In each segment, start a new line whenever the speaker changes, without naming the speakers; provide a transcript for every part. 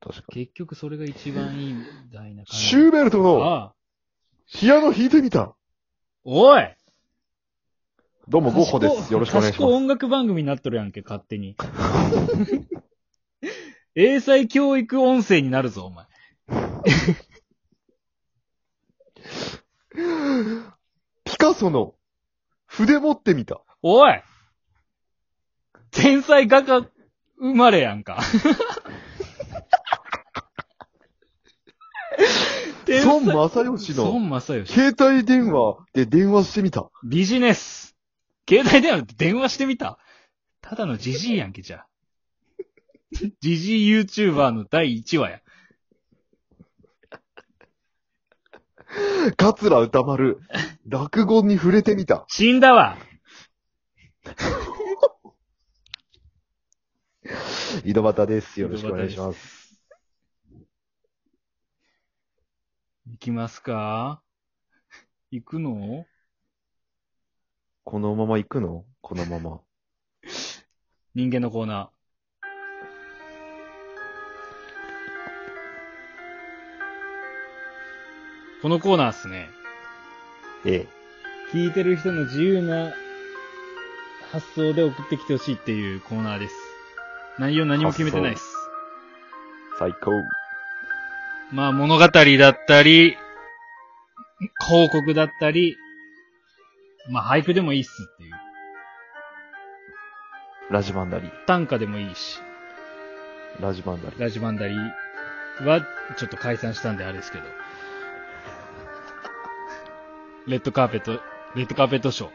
確かに。
結局それが一番いいみたいな感じ。
シューベルトの
ああ
ピアノ弾いてみた。
おい
どうも、ゴッホで
賢
す。よろしくお願いし
賢
ます。
音楽番組になっとるやんけ、勝手に。英才教育音声になるぞ、お前。
ピカソの筆持ってみた。
おい天才画家生まれやんか。 天才
孫正義の
孫正義。
携帯電話で電話してみた。
ビジネス。携帯電話で電話してみたただのジジイやんけ、じゃあ。ジジイ YouTuber の第1話や。
桂歌丸、落語に触れてみた。
死んだわ。
井戸端です。よろしくお願いします。
行きますか行くの
このまま行くのこのまま。
人間のコーナー。このコーナーっすね。
ええ。
聞いてる人の自由な発想で送ってきてほしいっていうコーナーです。内容何も決めてないです。
最高。
まあ物語だったり、広告だったり、まあ俳句でもいいっすっていう。
ラジバンダリ。
短歌でもいいし、
ラジバンダリ。
ラジバンダリはちょっと解散したんであれですけど。レッドカーペット、レッドカーペットショー。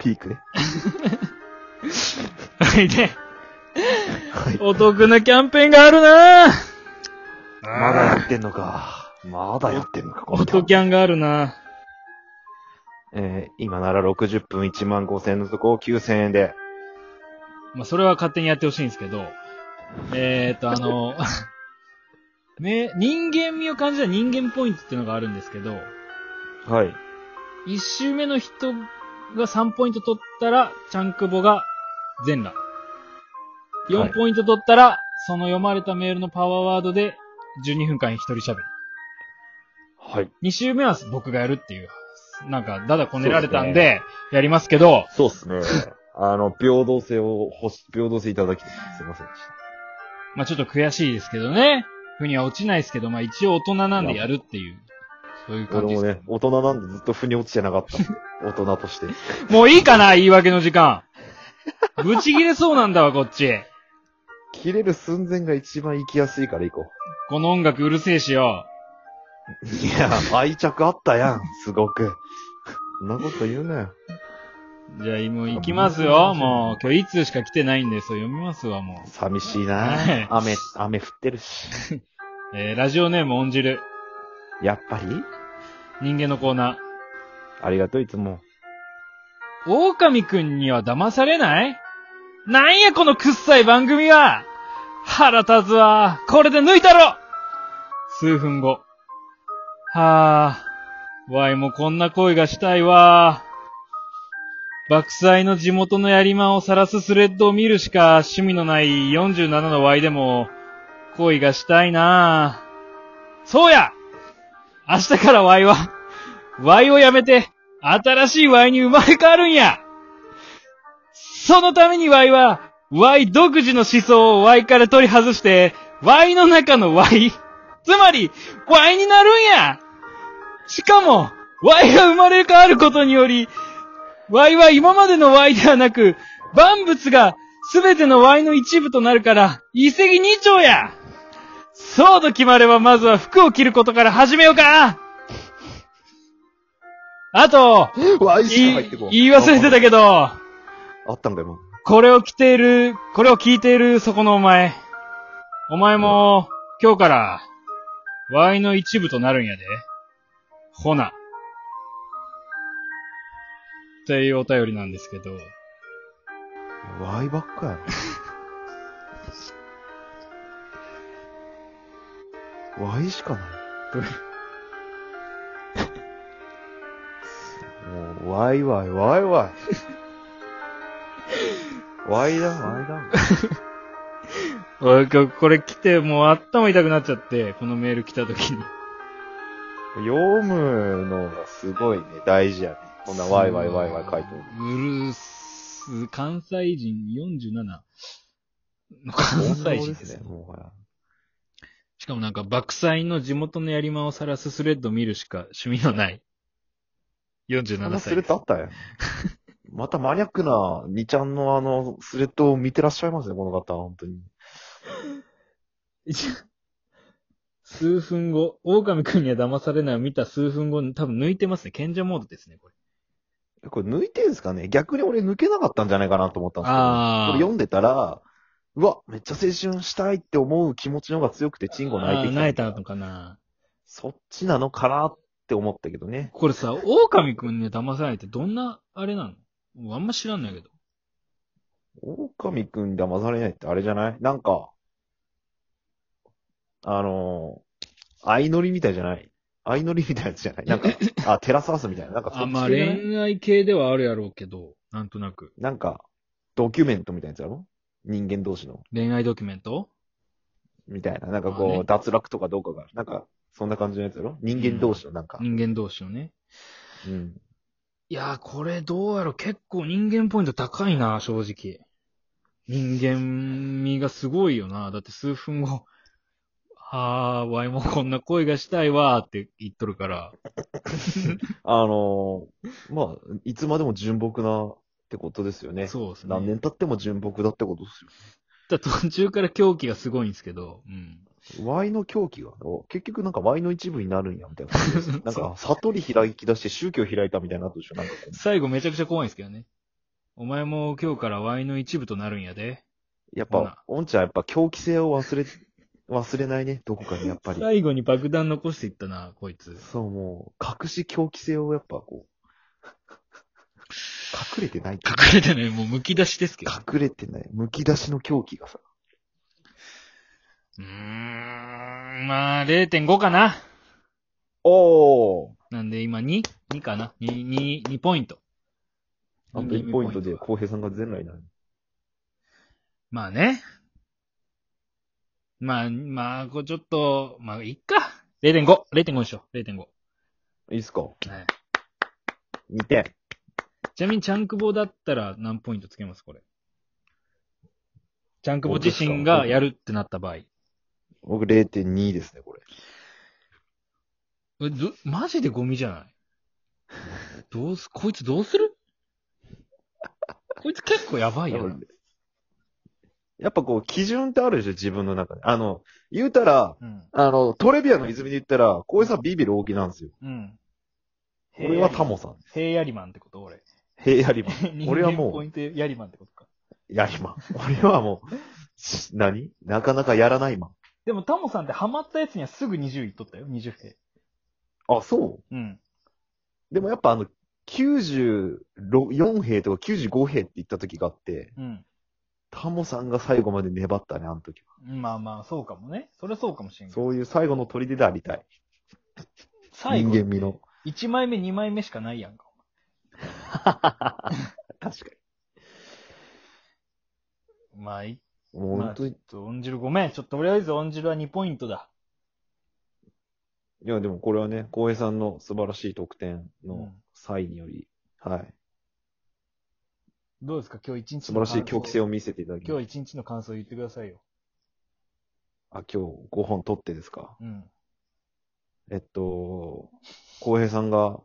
ピークね。
はい、 で、
はい。
お得なキャンペーンがあるなぁ
まだやってんのか。まだやってんのか、こ
オ
のキャ
ト
ンペ
キャンがあるな
ーンえー今なら60分1万5000円のとこを9000円で。
まあ、それは勝手にやってほしいんですけど、えー、っと、あ の、ね、人間味を感じた人間ポイントっていうのがあるんですけど、
はい。
一周目の人が3ポイント取ったら、チャンクボが全裸。
は
4
い
ポイント取ったら、その読まれたメールのパワーワードで、12分間一人喋る。
はい。
2周目は僕がやるっていう、なんか、だだこねられたんで、やりますけど、
そうっす ね。あの、平等性を欲し、平等性いただき、すいませんでし
まあちょっと悔しいですけどね。ふには落ちないですけど、まあ一応大人なんでやるっていう、そういう
た。
感じ
俺
です
もね、大人なんでずっと腑に落ちてなかった。 大人として。
もういいかな言い訳の時間。ぶち切れそうなんだわ、こっち。
切れる寸前が一番行きやすいから行こ
この音楽うるせえしよ。
う。いや、愛着あったやん、すごく。そんなこと言うなよ。
じゃあ、もう行きますよ。もう、今日一通しか来てないんで、そう読みますわ、も
寂しい
はい
な雨、雨降ってるし。
う。えー、ラジオネーム音汁。
やっぱり
人間のコーナ
ありがとう、いつも。
ー。狼くんには騙されないなんやこのくっさい番組は腹立つわ。これで抜いたろ数分後。はぁ、わいもこんな恋がしたいわ。爆災の地元のやりまんを晒すスレッドを見るしか趣味のない47の Y でも、恋がしたいなぁ。そうや明日から Y は、Y をやめて、新しい Y に生まれ変わるんやそのために Y は、Y 独自の思想を Y から取り外して、Y の中の Y、つまり、Y になるんやしかも、Y が生まれ変わることにより、Y は今までの Y ではなく、万物が全ての Y の一部となるから、遺跡二丁やそうと決まればまずは服を着ることから始めようかあと、
わ、い
言い言い忘れてたけど、
あったんだよ、
これを着ている、これを聞いているそこのお前。お前も、今日から、ワイの一部となるんやで。ほな。っていうお便りなんですけど。
わいばっかやな。わいしかない。もう、わいわい、わいわい。わいだ、わいだ。
俺今日これ来てもう頭痛くなっちゃって、このメール来た時に。
読むのがすごいね、大事やね。こんなワイワイワイワイ書いてる。
うるす、関西人47。関西人ですね。
もはや。
しかもなんか、爆災の地元のやりまを晒すスレッド見るしか趣味のない。
こん
47
な
歳
ス
で
レ
す
ッドあったやん。またマニアックな、2ちゃんのあの、スレッドを見てらっしゃいますね、この方、本当に。
数分後、狼くんには騙されないを見た数分後に多分抜いてますね。賢者モードですね、これ。
これ抜いてんすかね逆に俺抜けなかったんじゃないかなと思ったんですけど。
あ
こ
ー
れ読んでたら、うわ、めっちゃ青春したいって思う気持ちの方が強くてチンコ泣いて
あ
き
ー
た。
泣いたのかな。
そっちなのかなって思ったけどね。
これさ、狼くんには騙されないってどんな、あれなのもうあんま知らんないけど。
狼くんに騙されないってあれじゃないなんか、あのー、相乗りみたいじゃない相乗りみたいなやつじゃない なんか、あ、テラスハウスみたいな。なんかそっち
あ、まあ
系じゃない
恋愛系ではあるやろうけど、なんとなく。
なんか、ドキュメントみたいなやつやろ人間同士の。
恋愛ドキュメント
みたいな。なんか
あー
こ
ね
う、脱落とかどうかが、なんか、そんな感じのやつやろ人間同士のなんか。
人間同士のね。
うん。
いやー、これどうやろ結構人間ポイント高いな、正直。人間味がすごいよな。だって数分後、 あー、わいもこんな恋がしたいわーって言っとるから。
あのーまあ、いつまでも純朴なってことですよね。
そうですね。
何年経っても純朴だってことです
だ途中から狂気がすごいんですけど、うん。
よ。Y の狂気が、お結局なんか Y の一部になるんや、みたいな感じ です。なん
そう
か、悟り開き出して宗教開いたみたいになったでしょ、なんかこう。
最後めちゃくちゃ怖いんですけどね。お前も今日からワイの一部となるんやで。
やっ
ほな
ぱ、おんちゃんやっぱ狂気性を忘れ、忘れないね、どこかにやっぱり。
最後に爆弾残していったな、こいつ。
そう、もう、隠し狂気性をやっぱこう、隠れてないっていう
隠れてない、もう剥き出しですけど。
隠れてない。剥き出しの狂気がさ。
うーん、まあ、0.5かな。
おー
なんで今 2?2 かな ?2、2、2ポイント。
あと1ポイントで、
2
浩平さんが全来なの。
まあね。まあ、まあ、こうちょっと、まあ、いっか。0.5。0.5でしょ。0.5。はい
いいっすか
い。
?2 点。
ちなみに、チャンクボだったら何ポイントつけますこれ。チャンクボ自身がやるってなった場合。
僕0.2ですね、これ。
え、ず、マジでゴミじゃないどうす、こいつどうするこいつ結構やばいよな。
やっぱこう、基準ってあるでしょ、自分の中で。あの、言うたら、
うん。
あの、トレビアの泉で言ったら、浩平さんビビる大きなんですよ。
うん。
俺はタモさん。
平やりマンってこと俺。
平やりまん。俺はもう
人間ポイントやりマンってことか。
やりまん。 俺はもう、し何なかなかやらないまん。
でもタモさんってハマったやつにはすぐ20いっとったよ、20平。
あ、そう
うん。
でもやっぱあの、94兵とか95兵って言った時があって、
うん。
タモさんが最後まで粘ったね、あの時は。
まあまあ、そうかもね。それはそうかもしれんけど。
そういう最後の砦でありたい。
最後、
人間味 の。
1枚目、2枚目しかないやんか。
確か
まあ、いい。
に。もう
ま
本
あ、ち
当
ょ
に
っ。と、オンジルごめん。ちょっと、とりあえずオンジルは2ポイントだ。
いや、でもこれはね、浩平さんの素晴らしい得点
う
の
ん
際により、はい。
どうですか今日一日
素晴らしい狂気性
を。
を見せていただきま
今
し
日一日の感想言ってくださいよ。
た。あ、今日5本取ってですか。
うん。
えっと、浩平さんが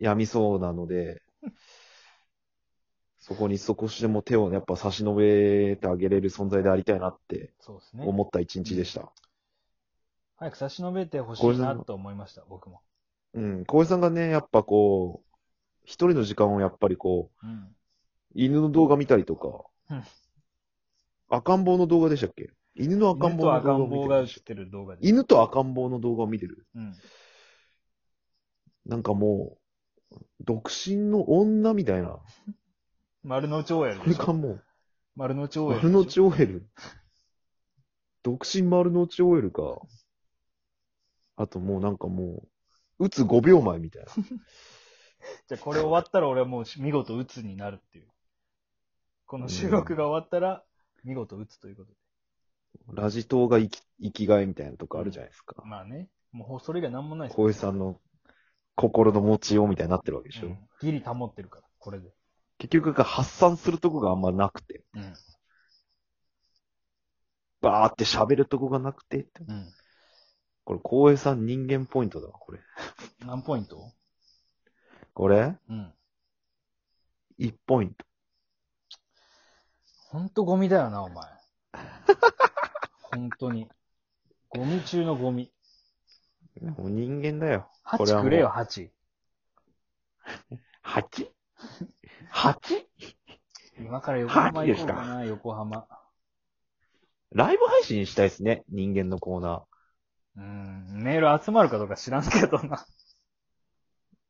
病みそうなの で、そこに少しでも手をやっぱ差し伸べてあげれる存在でありたいなって
そうですね。
思った一日でした。
早く差し伸べてほしいなと思いました、僕も。
うん、浩平さんがね、やっぱこう、一人の時間をやっぱりこう、
うん。
犬の動画見たりと
うん
か、赤ん坊の動画でしたっけ犬の赤ん
犬
坊
と
の
赤ん
動
坊
画
が
を
映っ
見てる。
てる動画です。
犬と赤ん坊の動画を見てる。
うん。
なんかもう、独身の女みたいな。
丸の内 OL
そ
で
れ
し
か
ょ。
も
丸の内
う、
OL でしょ。
丸の内 OL。独身丸の内 OL か。あともうなんかもう、打つ5秒前みたいな。
じゃあこれ終わったら俺はもう見事鬱になるっていう。この収録が終わったら、見事鬱ということで。
ラジ島が生き、生きがいみたいなとこあるじゃないですか。
まあね。もう、それが何もないです
小江さんの心の持ちようみたいになってるわけでしょ。
うんギリ保ってるから、これで。
結局が発散するとこがあんまなくて、
うん。
バーって喋るとこがなくてって、
うん。
これ、光栄さん人間ポイントだわ、これ。
何ポイント
これ
うん。
?1 ポイント。
ほんとゴミだよな、お前。本当に。ゴミ中のゴミ。
もう人間だよ。
ハ
これ
チ
はも
く
う
れよ、ハチ。
8? 8?
今から横浜行こうか
ハ
な、横浜。
ライブ配信したいですね、人間のコーナー。
うん。メール集まるかどうか知らんけどな。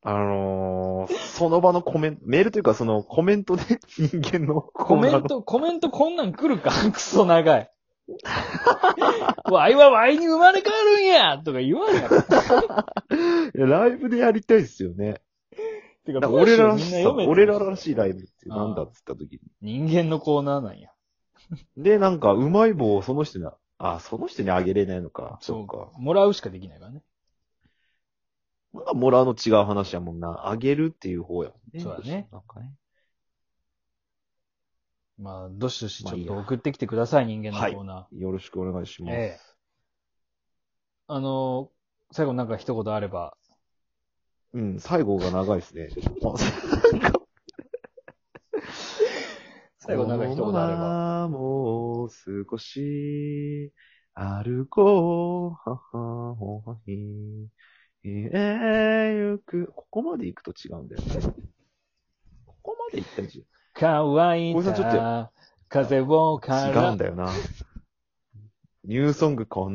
あのー、その場のコメント、メールというかそのコメントで 人間のコ
コ
ー
メ
ナーの
ント、コメントこんなん来るか クソ長い。ワイはワイに生まれ変わるんやとか言わん やろ。
いやライブでやりたいですよね。
て
だか
か、
ら
文
俺
章
らら
み
し
んな
さ、
読めてる
俺ららしいライブってなんだっつった時に。
人間のコーナーなんや。
で、なんか、うまい棒をその人に、あ、その人にあげれないのか。そうか。
もらうしかできないからね。
なんか、もらうの違う話やもんな。あげるっていう方やもんね。
そうだね。
なんかね。
まあ、どしどし
ま
ち
あ
ょ
い
っ
いや
と送ってきてください、人間のコーナ
よろしくお願いし
ー。
ます。
ええ。あの、最後なんか一言あれば。
うん、最後が長いですね。
最後なんか一言あれば。
ば。もう少し歩こう、ははほはひ、ええゆく。ここまで行くと違うんだよね。ここまで行ったら違う
乾い
小江さんちょった
風をか
違う
ら
んだよな。ニューソングこん